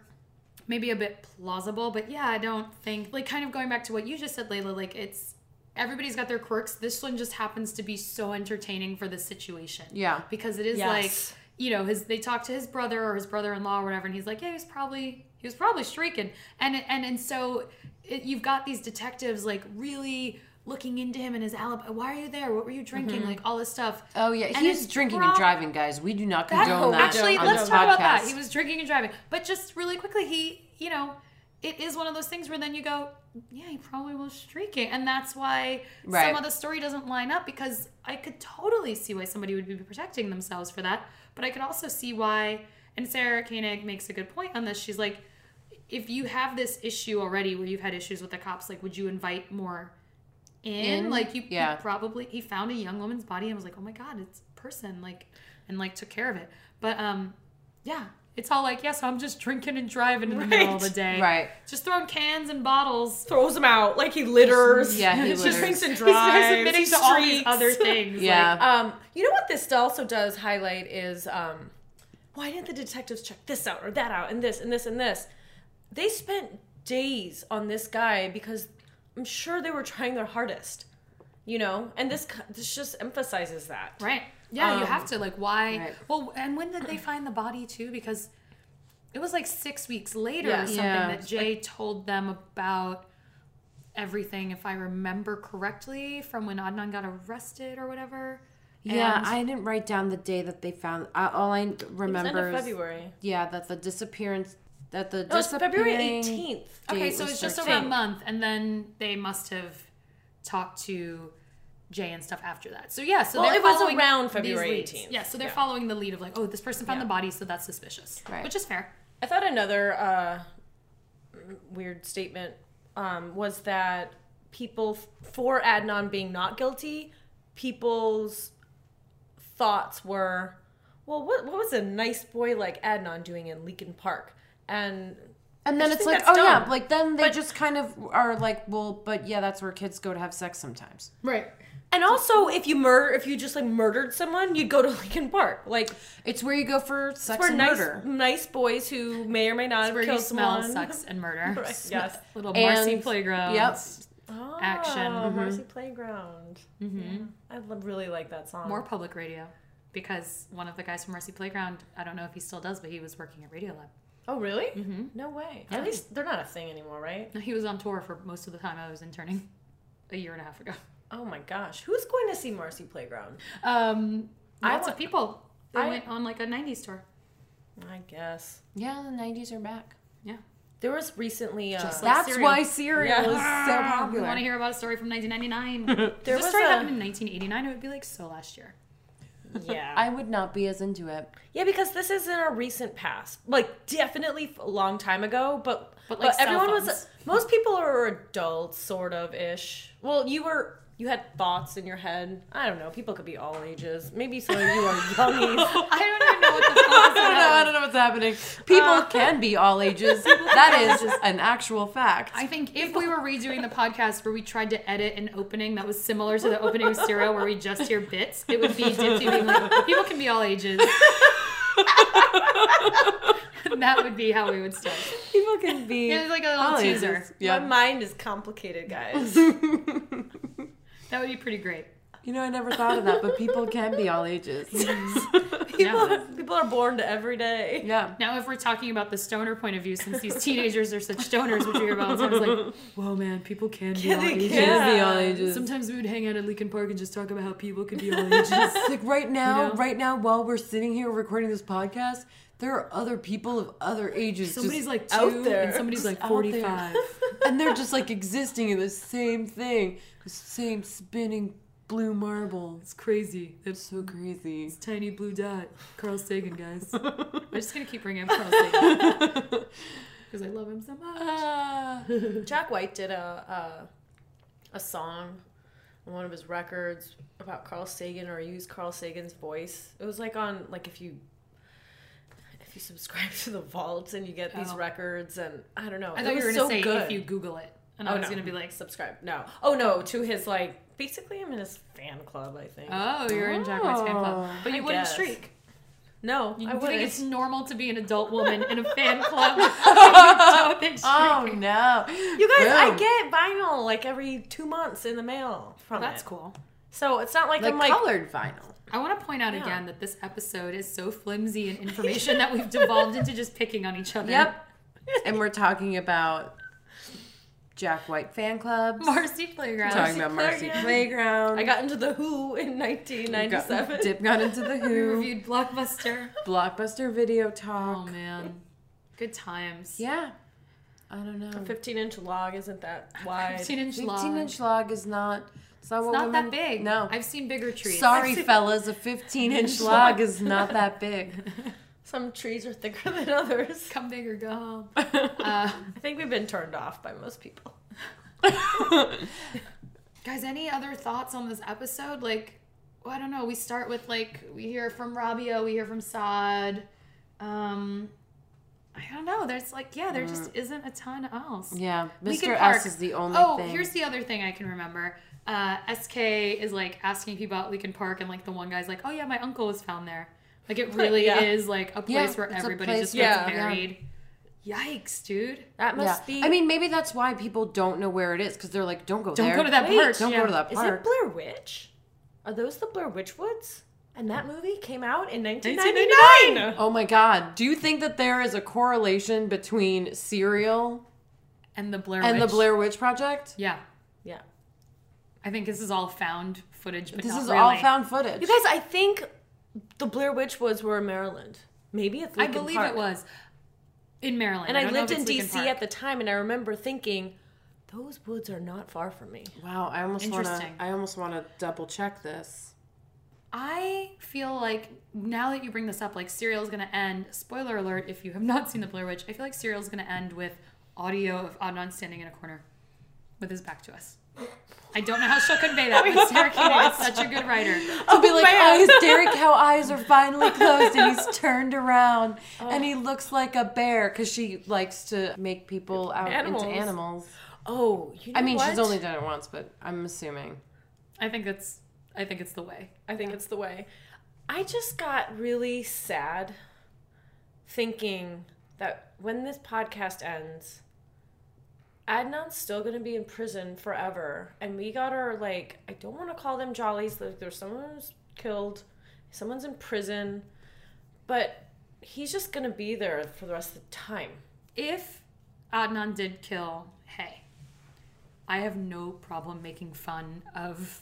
Speaker 1: maybe a bit plausible, but yeah, I don't think like kind of going back to what you just said, Layla. Like it's everybody's got their quirks. This one just happens to be so entertaining for the situation.
Speaker 2: Yeah.
Speaker 1: because it is
Speaker 3: Yes.
Speaker 1: like you know his they talk to his brother or his brother-in-law or whatever, and he's like, yeah, he was probably he was probably streaking, and and and so it, you've got these detectives like really. Looking into him and his alibi. Why are you there? What were you drinking?
Speaker 3: Mm-hmm.
Speaker 1: Like all this stuff.
Speaker 2: Oh yeah,
Speaker 1: And
Speaker 2: he's
Speaker 1: it's
Speaker 2: drinking and
Speaker 1: prob-
Speaker 2: driving, guys. We do not
Speaker 1: that-
Speaker 2: condone that.
Speaker 1: Actually,
Speaker 2: on
Speaker 1: let's
Speaker 2: this
Speaker 1: talk about that.
Speaker 2: podcast.
Speaker 1: He was drinking and driving. But just really quickly, he, you know, it is one of those things where then you go, yeah, he probably was streaking. And that's why
Speaker 2: Right.
Speaker 1: some of the story doesn't line up because I could totally see why somebody would be protecting themselves for that. But I could also see why, and Sarah Koenig makes a good point on this. She's like, if you have this issue already where you've had issues with the cops, like, would you invite more? In,
Speaker 2: In?
Speaker 1: like you,
Speaker 2: Yeah.
Speaker 1: you probably he found a young woman's body and was like, "Oh my god, it's a person!" Like, and like took care of it. But um, yeah, it's all like, "Yes, I'm just drinking and driving in the middle of the
Speaker 3: Right.
Speaker 1: day,
Speaker 2: Right.
Speaker 1: Just throwing cans and bottles."
Speaker 3: throws him out. Like he litters.
Speaker 2: Yeah, he
Speaker 3: He just
Speaker 2: litters.
Speaker 3: drinks and
Speaker 1: He's just
Speaker 3: drives.
Speaker 1: admitting
Speaker 3: he
Speaker 1: to all these
Speaker 3: streaks.
Speaker 1: other things. like-
Speaker 2: Yeah.
Speaker 3: Um, you know what this also does highlight is um, why didn't the detectives check this out or that out and this and this and this? They spent days on this guy because I'm sure they were trying their hardest, you know. And this c- this just emphasizes that.
Speaker 1: right. Yeah, you
Speaker 3: Um,
Speaker 1: have to like why?
Speaker 2: Right.
Speaker 1: Well, and when did they find the body too? Because it was like six weeks later
Speaker 3: Yeah.
Speaker 1: or something
Speaker 2: Yeah.
Speaker 1: that Jay told them about everything, if I remember correctly, from when Adnan got arrested or whatever.
Speaker 2: yeah,
Speaker 1: And-
Speaker 2: I didn't write down the day that they found. I, all I
Speaker 3: It was end
Speaker 2: remember
Speaker 3: of
Speaker 2: is
Speaker 3: February.
Speaker 2: yeah that the disappearance that the
Speaker 3: No, it's February
Speaker 2: disappearing-
Speaker 3: 18th.
Speaker 1: Okay,
Speaker 2: date
Speaker 1: so
Speaker 2: was
Speaker 1: it's just
Speaker 2: 13.
Speaker 1: over a month, and then they must have talked to Jay and stuff after that. So yeah, so
Speaker 3: Well,
Speaker 1: they're
Speaker 3: it was
Speaker 1: following
Speaker 3: around
Speaker 1: these
Speaker 3: February
Speaker 1: leads.
Speaker 3: 18th.
Speaker 1: Yeah, so they're
Speaker 3: Yeah.
Speaker 1: following the lead of like, oh, this person found
Speaker 3: Yeah.
Speaker 1: the body, so that's suspicious,
Speaker 2: Right.
Speaker 1: which is fair.
Speaker 3: I thought another uh, weird statement um, was that people, for Adnan being not guilty, people's thoughts were, well, what, what was a nice boy like Adnan doing in Lincoln Park? And
Speaker 2: And then
Speaker 3: I just
Speaker 2: it's
Speaker 3: think
Speaker 2: like, oh
Speaker 3: that's
Speaker 2: yeah,
Speaker 3: dumb.
Speaker 2: like then they
Speaker 3: But-
Speaker 2: just kind of are like, well, but yeah, that's where kids go to have sex sometimes.
Speaker 1: Right.
Speaker 3: and also, if you murder, if you just like murdered someone, you'd go to Lincoln Park. Like,
Speaker 2: It's where you go for sex
Speaker 3: we're
Speaker 2: and
Speaker 3: nice,
Speaker 2: murder.
Speaker 3: nice boys who may or may not have
Speaker 1: Where you
Speaker 3: killed
Speaker 1: smell
Speaker 3: someone.
Speaker 1: sex and murder.
Speaker 3: Right,
Speaker 1: Sm-
Speaker 3: yes.
Speaker 1: Little Marcy
Speaker 2: And-
Speaker 1: playground.
Speaker 2: Yep.
Speaker 3: Oh,
Speaker 1: Action. Mhm.
Speaker 3: Marcy Playground. Yeah. I lo- really like that song.
Speaker 1: Mm-hmm. More public radio, because one of the guys from Mercy Playground, I don't know if he still does, but he was working at Radio Lab.
Speaker 3: Oh, really? Mm-hmm. No way. At least they're not a thing anymore, right?
Speaker 1: No, He was on tour for most of the time I was interning, a year and a half ago.
Speaker 3: Oh my gosh, who's going to see Marcy Playground?
Speaker 1: Um,
Speaker 3: I
Speaker 1: lots
Speaker 3: wa-
Speaker 1: of people. They
Speaker 3: I-
Speaker 1: went on like a '90s tour.
Speaker 3: I guess
Speaker 2: Yeah, the '90s are back.
Speaker 1: Yeah.
Speaker 3: there was recently. Uh,
Speaker 1: Just like
Speaker 2: That's
Speaker 1: cereal.
Speaker 2: why cereal
Speaker 3: Yeah.
Speaker 2: is so popular.
Speaker 1: I want to hear about a story from 1999.
Speaker 3: There
Speaker 1: if this
Speaker 3: was
Speaker 1: story
Speaker 3: a-
Speaker 1: happened in 1989, it would be like so last year.
Speaker 3: yeah,
Speaker 2: I would not be as into it.
Speaker 3: yeah, because this is in our recent past, like definitely f- a long time ago. But
Speaker 1: But, like, cell
Speaker 3: everyone was.
Speaker 1: phones.
Speaker 3: Most people are adults, sort of ish. Well, you were. You had thoughts in your head. I don't know. People could be all ages. Maybe some of you are youngies.
Speaker 1: I don't even know what the fuck.
Speaker 2: I don't know. I don't know what's happening. Uh, People can be all ages. That is an actual fact.
Speaker 1: I think if we were redoing the podcast where we tried to edit an opening that was similar to the opening of Serial where we just hear bits, it would be Dipsy being like, people can be all ages. and that would be how we would start.
Speaker 2: People can be.
Speaker 1: It was like a little
Speaker 2: all
Speaker 1: teaser.
Speaker 2: ages. Yeah.
Speaker 3: My mind is complicated, guys.
Speaker 1: That would be pretty great.
Speaker 2: You know, I never thought of that, but people can be all ages.
Speaker 3: people, people are born to every day.
Speaker 2: Yeah.
Speaker 1: Now, if we're talking about the stoner point of view, since these teenagers are such stoners, which we hear about all the time, it's like, whoa, man, people can be
Speaker 3: Yeah,
Speaker 1: all
Speaker 3: they
Speaker 1: ages.
Speaker 3: can.
Speaker 2: Can be
Speaker 3: Yeah.
Speaker 2: all ages.
Speaker 1: Sometimes we would hang out at Lincoln Park and just talk about how people could be all ages.
Speaker 2: It's like right now,
Speaker 1: You know?
Speaker 2: right now, while we're sitting here recording this podcast, there are other people of other ages,
Speaker 1: Somebody's
Speaker 2: just,
Speaker 1: like
Speaker 3: out
Speaker 1: two,
Speaker 3: there.
Speaker 1: and somebody's
Speaker 2: Just
Speaker 1: like
Speaker 2: out
Speaker 1: 45.
Speaker 2: and they're just like existing in the same thing, the same spinning blue marble.
Speaker 1: It's crazy. That's
Speaker 2: So crazy.
Speaker 1: tiny blue dot. Carl Sagan, guys. I'm just going to keep bringing up Carl Sagan. Because I love him so much.
Speaker 2: Ah.
Speaker 3: Jack White did a, a a song on one of his records about Carl Sagan or used Carl Sagan's voice. It was like on like if you if you subscribe to the vault and you get these
Speaker 1: Oh.
Speaker 3: records and I don't know.
Speaker 1: I
Speaker 3: it
Speaker 1: thought you
Speaker 3: was
Speaker 1: were going to
Speaker 3: so
Speaker 1: say
Speaker 3: good.
Speaker 1: if you Google it. And and I
Speaker 3: Oh,
Speaker 1: was
Speaker 3: no.
Speaker 1: gonna be like,
Speaker 3: Subscribe. No. Oh no, to his like basically I'm in his fan club, I think.
Speaker 1: "Oh, you're in Jack White's fan club,"
Speaker 2: Oh,
Speaker 1: but you
Speaker 3: I
Speaker 1: wouldn't
Speaker 3: guess.
Speaker 1: streak.
Speaker 3: no,
Speaker 1: You
Speaker 3: I
Speaker 1: think
Speaker 3: wouldn't.
Speaker 1: it's normal to be an adult woman in a fan club? Don't think
Speaker 2: Oh
Speaker 1: streak.
Speaker 2: no!
Speaker 3: You guys, I
Speaker 2: Boom.
Speaker 3: get vinyl like every two months in the mail from
Speaker 1: That's
Speaker 3: it.
Speaker 1: cool.
Speaker 3: So it's not like,
Speaker 2: like,
Speaker 3: I'm like
Speaker 2: colored vinyl.
Speaker 1: I want to point out
Speaker 3: Yeah.
Speaker 1: again that this episode is so flimsy in information that we've devolved into just picking on each other.
Speaker 2: Yep. and we're talking about Jack White fan clubs.
Speaker 1: Marcy
Speaker 2: We're
Speaker 1: Playground.
Speaker 2: talking about Marcy
Speaker 3: Playground.
Speaker 2: Playground.
Speaker 3: I got into the Who in
Speaker 2: We got-
Speaker 3: 1997.
Speaker 2: Dip got into the
Speaker 1: We
Speaker 2: Who.
Speaker 1: reviewed Blockbuster.
Speaker 2: Blockbuster video
Speaker 1: Oh
Speaker 2: talk.
Speaker 1: man, good times.
Speaker 2: yeah. I don't know.
Speaker 3: 15 inch log isn't that wide.
Speaker 1: 15 inch long.
Speaker 2: 15 inch log is not. It's not,
Speaker 1: It's
Speaker 2: what
Speaker 1: not
Speaker 2: women-
Speaker 1: that big.
Speaker 2: No.
Speaker 1: I've seen bigger trees.
Speaker 2: Sorry,
Speaker 3: I've seen-
Speaker 2: fellas. A 15 inch log is not that big.
Speaker 3: Some trees are thicker than others.
Speaker 1: Come big or go home.
Speaker 2: I
Speaker 1: Uh,
Speaker 3: I think we've been turned off by most people.
Speaker 1: guys, any other thoughts on this episode? Like, well, I don't know. We start with like we hear from Rabia, we hear from Saad. Um, I don't know. There's like yeah, there
Speaker 2: Uh,
Speaker 1: just isn't a ton else.
Speaker 2: Yeah.
Speaker 1: We can
Speaker 2: Mr.
Speaker 1: park.
Speaker 2: S is the only
Speaker 1: Oh,
Speaker 2: thing.
Speaker 1: here's the other thing I can remember. Uh, SK is like asking people about Lincoln Park, and like the one guy's like, "Oh yeah, my uncle was found there." Like it really
Speaker 3: Yeah.
Speaker 1: is like a place
Speaker 2: Yeah,
Speaker 1: where
Speaker 2: it's a
Speaker 1: everybody
Speaker 2: place
Speaker 1: just
Speaker 3: where-
Speaker 1: gets
Speaker 3: Yeah.
Speaker 2: Yeah.
Speaker 1: buried. Yikes, dude!
Speaker 3: That
Speaker 2: Yeah.
Speaker 3: must be.
Speaker 2: I mean, maybe that's why people don't know where it is because they're like, don't go
Speaker 1: Don't
Speaker 2: there.
Speaker 1: go to that
Speaker 3: Wait,
Speaker 1: park.
Speaker 2: Don't go to that
Speaker 3: is it
Speaker 2: park.
Speaker 3: Blair Witch? Are those the Blair Witch Woods? And that movie came out in 1999.
Speaker 1: 1999.
Speaker 2: Oh my God. Do you think that there is a correlation between serial
Speaker 1: And the Blair
Speaker 2: and
Speaker 1: Witch.
Speaker 2: the Blair Witch Project?
Speaker 1: Yeah,
Speaker 3: Yeah.
Speaker 1: I think this is all found footage, but
Speaker 2: This
Speaker 1: not
Speaker 2: is
Speaker 1: really.
Speaker 2: all found footage.
Speaker 3: You guys, I think the Blair Witch Woods were in Maryland. Maybe it's
Speaker 1: I
Speaker 3: Lincoln
Speaker 1: believe
Speaker 3: Park.
Speaker 1: it was in Maryland,
Speaker 3: And I,
Speaker 1: don't know
Speaker 3: lived
Speaker 1: if
Speaker 3: in
Speaker 1: it's Lincoln
Speaker 3: D.C.
Speaker 1: Park.
Speaker 3: at the time, and I remember thinking, those woods are not far from me.
Speaker 2: Wow, I almost want to.
Speaker 1: Interesting.
Speaker 2: I almost want to double check this.
Speaker 1: I feel like now that you bring this up, like Serial is going to end. Spoiler alert: if you have not seen The Blair Witch, I feel like Serial is going to end with audio of Adnan standing in a corner with his back to us. I don't know how she'll convey that, but Sarah Koenig is such a good writer.
Speaker 2: To be like,
Speaker 3: man.
Speaker 2: oh, his dairy cow eyes are finally closed, and he's turned around,
Speaker 3: Oh.
Speaker 2: and he looks like a bear because she likes to make people out
Speaker 3: Animals.
Speaker 2: into animals.
Speaker 3: Oh, you know
Speaker 2: I mean,
Speaker 3: what?
Speaker 2: she's only done it once, but I'm assuming.
Speaker 1: I think that's, I think it's the way.
Speaker 3: I think it's the way. I just got really sad thinking that when this podcast ends, Adnan's still going to be in prison forever. And we got our, like, I don't want to call them jollies. Like, there's someone who's killed, someone's in prison. But he's just going to be there for the rest of the time.
Speaker 1: If Adnan did kill Hay, I have no problem making fun of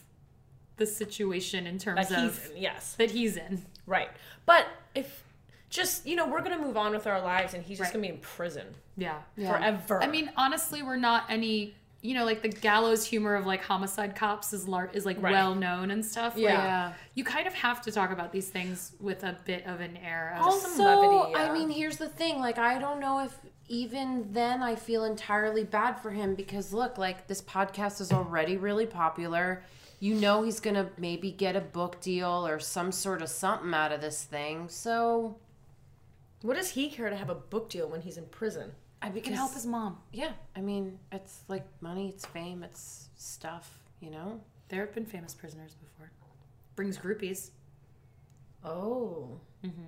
Speaker 1: the situation in terms
Speaker 3: That he's
Speaker 1: of
Speaker 3: in, yes.
Speaker 1: that he's in.
Speaker 3: Right. But if just, you know, we're going to move on with our lives and he's just
Speaker 1: Right.
Speaker 3: going to be in prison
Speaker 1: Yeah.
Speaker 2: Yeah.
Speaker 3: forever.
Speaker 1: I mean, honestly, we're not any. You know, like the gallows humor of like homicide cops is lar- is like
Speaker 3: Right.
Speaker 1: well known and stuff. Like,
Speaker 2: Yeah.
Speaker 1: you kind of have to talk about these things with a bit of an air of
Speaker 3: Just
Speaker 2: Also,
Speaker 3: some levity,
Speaker 2: I
Speaker 3: yeah.
Speaker 2: mean, here's the thing. Like, I don't know if even then I feel entirely bad for him because look, like this podcast is already really popular. You know he's gonna maybe get a book deal or some sort of something out of this thing. So
Speaker 3: What does he care to have a book deal when he's in prison?
Speaker 2: I
Speaker 1: he can help his mom.
Speaker 2: Yeah, I mean, it's like money, it's fame, it's stuff. You know.
Speaker 1: There have been famous prisoners before. Brings groupies.
Speaker 3: Oh.
Speaker 2: Mm-hmm.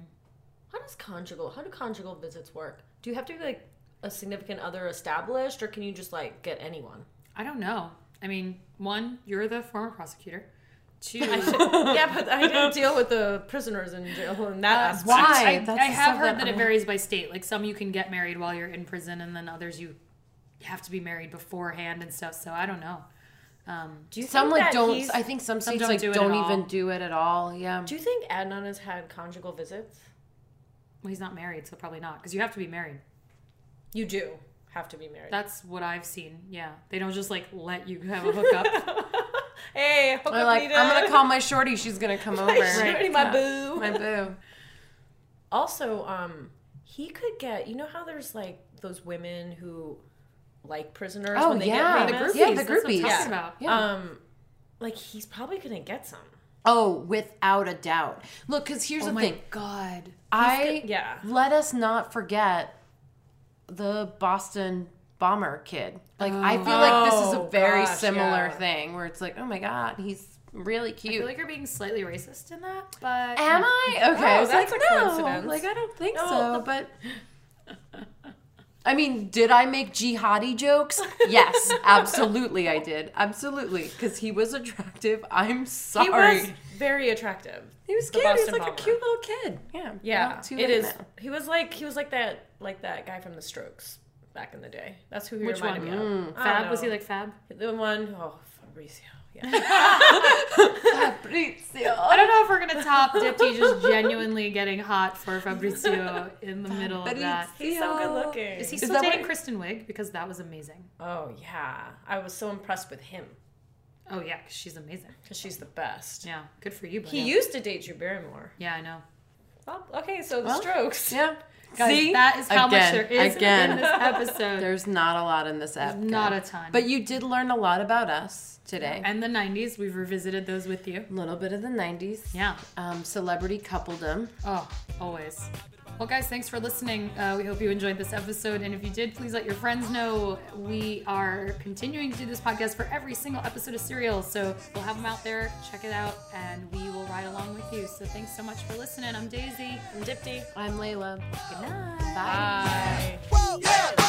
Speaker 3: How does conjugal? How do conjugal visits work? Do you have to be like a significant other established, or can you just like get anyone?
Speaker 1: I don't know. I mean, one, you're the former prosecutor. Two,
Speaker 3: yeah, but I didn't deal with the prisoners in jail in that aspect.
Speaker 2: why?
Speaker 1: I,
Speaker 2: That's
Speaker 1: I
Speaker 2: the
Speaker 1: have
Speaker 2: stuff
Speaker 1: heard
Speaker 2: that-
Speaker 1: that it varies by state. Like some you can get married while you're in prison, and then others you have to be married beforehand and stuff. So I don't know. Um,
Speaker 3: Do you
Speaker 2: Some
Speaker 3: think
Speaker 2: like
Speaker 3: that
Speaker 2: don't.
Speaker 3: he's-
Speaker 2: I think some states
Speaker 1: don't
Speaker 2: like
Speaker 1: do it at
Speaker 2: don't
Speaker 1: all.
Speaker 2: even do it at all. Yeah.
Speaker 3: do you think Adnan has had conjugal visits?
Speaker 1: Well, he's not married, so probably not, because you have to be married.
Speaker 3: You do have to be married.
Speaker 1: That's what I've seen. Yeah, they don't just like let you have a hookup.
Speaker 3: hey, hook
Speaker 2: Or
Speaker 3: up
Speaker 2: like,
Speaker 3: Nita.
Speaker 2: I'm gonna call my shorty. She's gonna come over.
Speaker 1: shorty.
Speaker 3: Shorty, my boo.
Speaker 2: My boo.
Speaker 3: Also, um, he could get. You know how there's like those women who like prisoners
Speaker 2: Oh,
Speaker 3: when they
Speaker 2: yeah.
Speaker 1: the
Speaker 3: get famous.
Speaker 1: groupies.
Speaker 2: Yeah, the
Speaker 1: that's what I'm talking
Speaker 2: groupies. Yeah.
Speaker 1: about.
Speaker 2: Yeah.
Speaker 3: Um, like he's probably gonna get some.
Speaker 2: Oh, without a doubt. Look, because
Speaker 3: Oh
Speaker 2: here's the thing.
Speaker 1: god.
Speaker 2: I
Speaker 3: good- yeah.
Speaker 2: let us not forget the Boston bomber kid. Like I feel like this is
Speaker 3: Oh,
Speaker 2: a very
Speaker 3: gosh,
Speaker 2: similar
Speaker 3: yeah.
Speaker 2: thing where it's like, oh my god, he's really
Speaker 1: I
Speaker 2: cute.
Speaker 1: feel like you're being slightly racist in that, but
Speaker 2: Am I? Okay. I was
Speaker 3: that's
Speaker 2: like,
Speaker 3: a
Speaker 2: no.
Speaker 3: coincidence.
Speaker 2: Like, I don't think
Speaker 3: No.
Speaker 2: so, but. I mean, did I make jihadi jokes? Yes, absolutely I did. Absolutely. Because he was attractive. I'm sorry.
Speaker 3: He was very attractive. the
Speaker 2: cute. He was
Speaker 3: Boston
Speaker 2: like a
Speaker 3: bomber.
Speaker 2: cute little kid. Yeah.
Speaker 3: Yeah,
Speaker 2: not too
Speaker 3: it
Speaker 2: late
Speaker 3: is.
Speaker 2: now.
Speaker 3: He was like he was like that like that guy from The Strokes back in the day. That's who he
Speaker 1: Which
Speaker 3: reminded
Speaker 1: one? Mm,
Speaker 3: me of. I
Speaker 1: Fab?
Speaker 3: don't
Speaker 1: Was he
Speaker 3: know.
Speaker 1: like Fab?
Speaker 3: the one? Oh, Fabrizio. Yeah.
Speaker 1: I
Speaker 2: Fabrizio.
Speaker 1: don't know if we're gonna top Dipti just genuinely getting hot for Fabrizio in the middle of that.
Speaker 3: He's so good looking.
Speaker 1: Is he
Speaker 2: Is
Speaker 1: still
Speaker 2: that
Speaker 1: dating
Speaker 2: what-
Speaker 1: Kristen Wiig? Because that was amazing.
Speaker 3: Oh yeah, I was so impressed with him
Speaker 1: Oh yeah, 'cause she's amazing.
Speaker 3: because she's the best.
Speaker 1: Yeah, good for you. Buddy.
Speaker 3: He used to date Drew Barrymore.
Speaker 1: Yeah, I know.
Speaker 3: Well, okay, so The
Speaker 2: Well,
Speaker 3: Strokes.
Speaker 2: Yeah.
Speaker 1: Guys,
Speaker 2: See?
Speaker 1: that is how
Speaker 2: again,
Speaker 1: much there is
Speaker 2: Again.
Speaker 1: in this episode.
Speaker 2: There's not a lot in this app.
Speaker 1: Not a ton.
Speaker 2: But you did learn a lot about us today.
Speaker 1: and the '90s, we've revisited those with you.
Speaker 2: A little bit of the 90s.
Speaker 1: Yeah.
Speaker 2: Um, celebrity coupledom.
Speaker 1: Oh, always. Well, guys, thanks for listening. Uh, we hope you enjoyed this episode. And if you did, please let your friends know. We are continuing to do this podcast for every single episode of Serial. So we'll have them out there. Check it out. And we will ride along with you. So thanks so much for listening. I'm Daisy.
Speaker 3: And Dipti.
Speaker 2: I'm Layla.
Speaker 1: Good night.
Speaker 2: Bye.
Speaker 3: Bye.
Speaker 4: Yeah.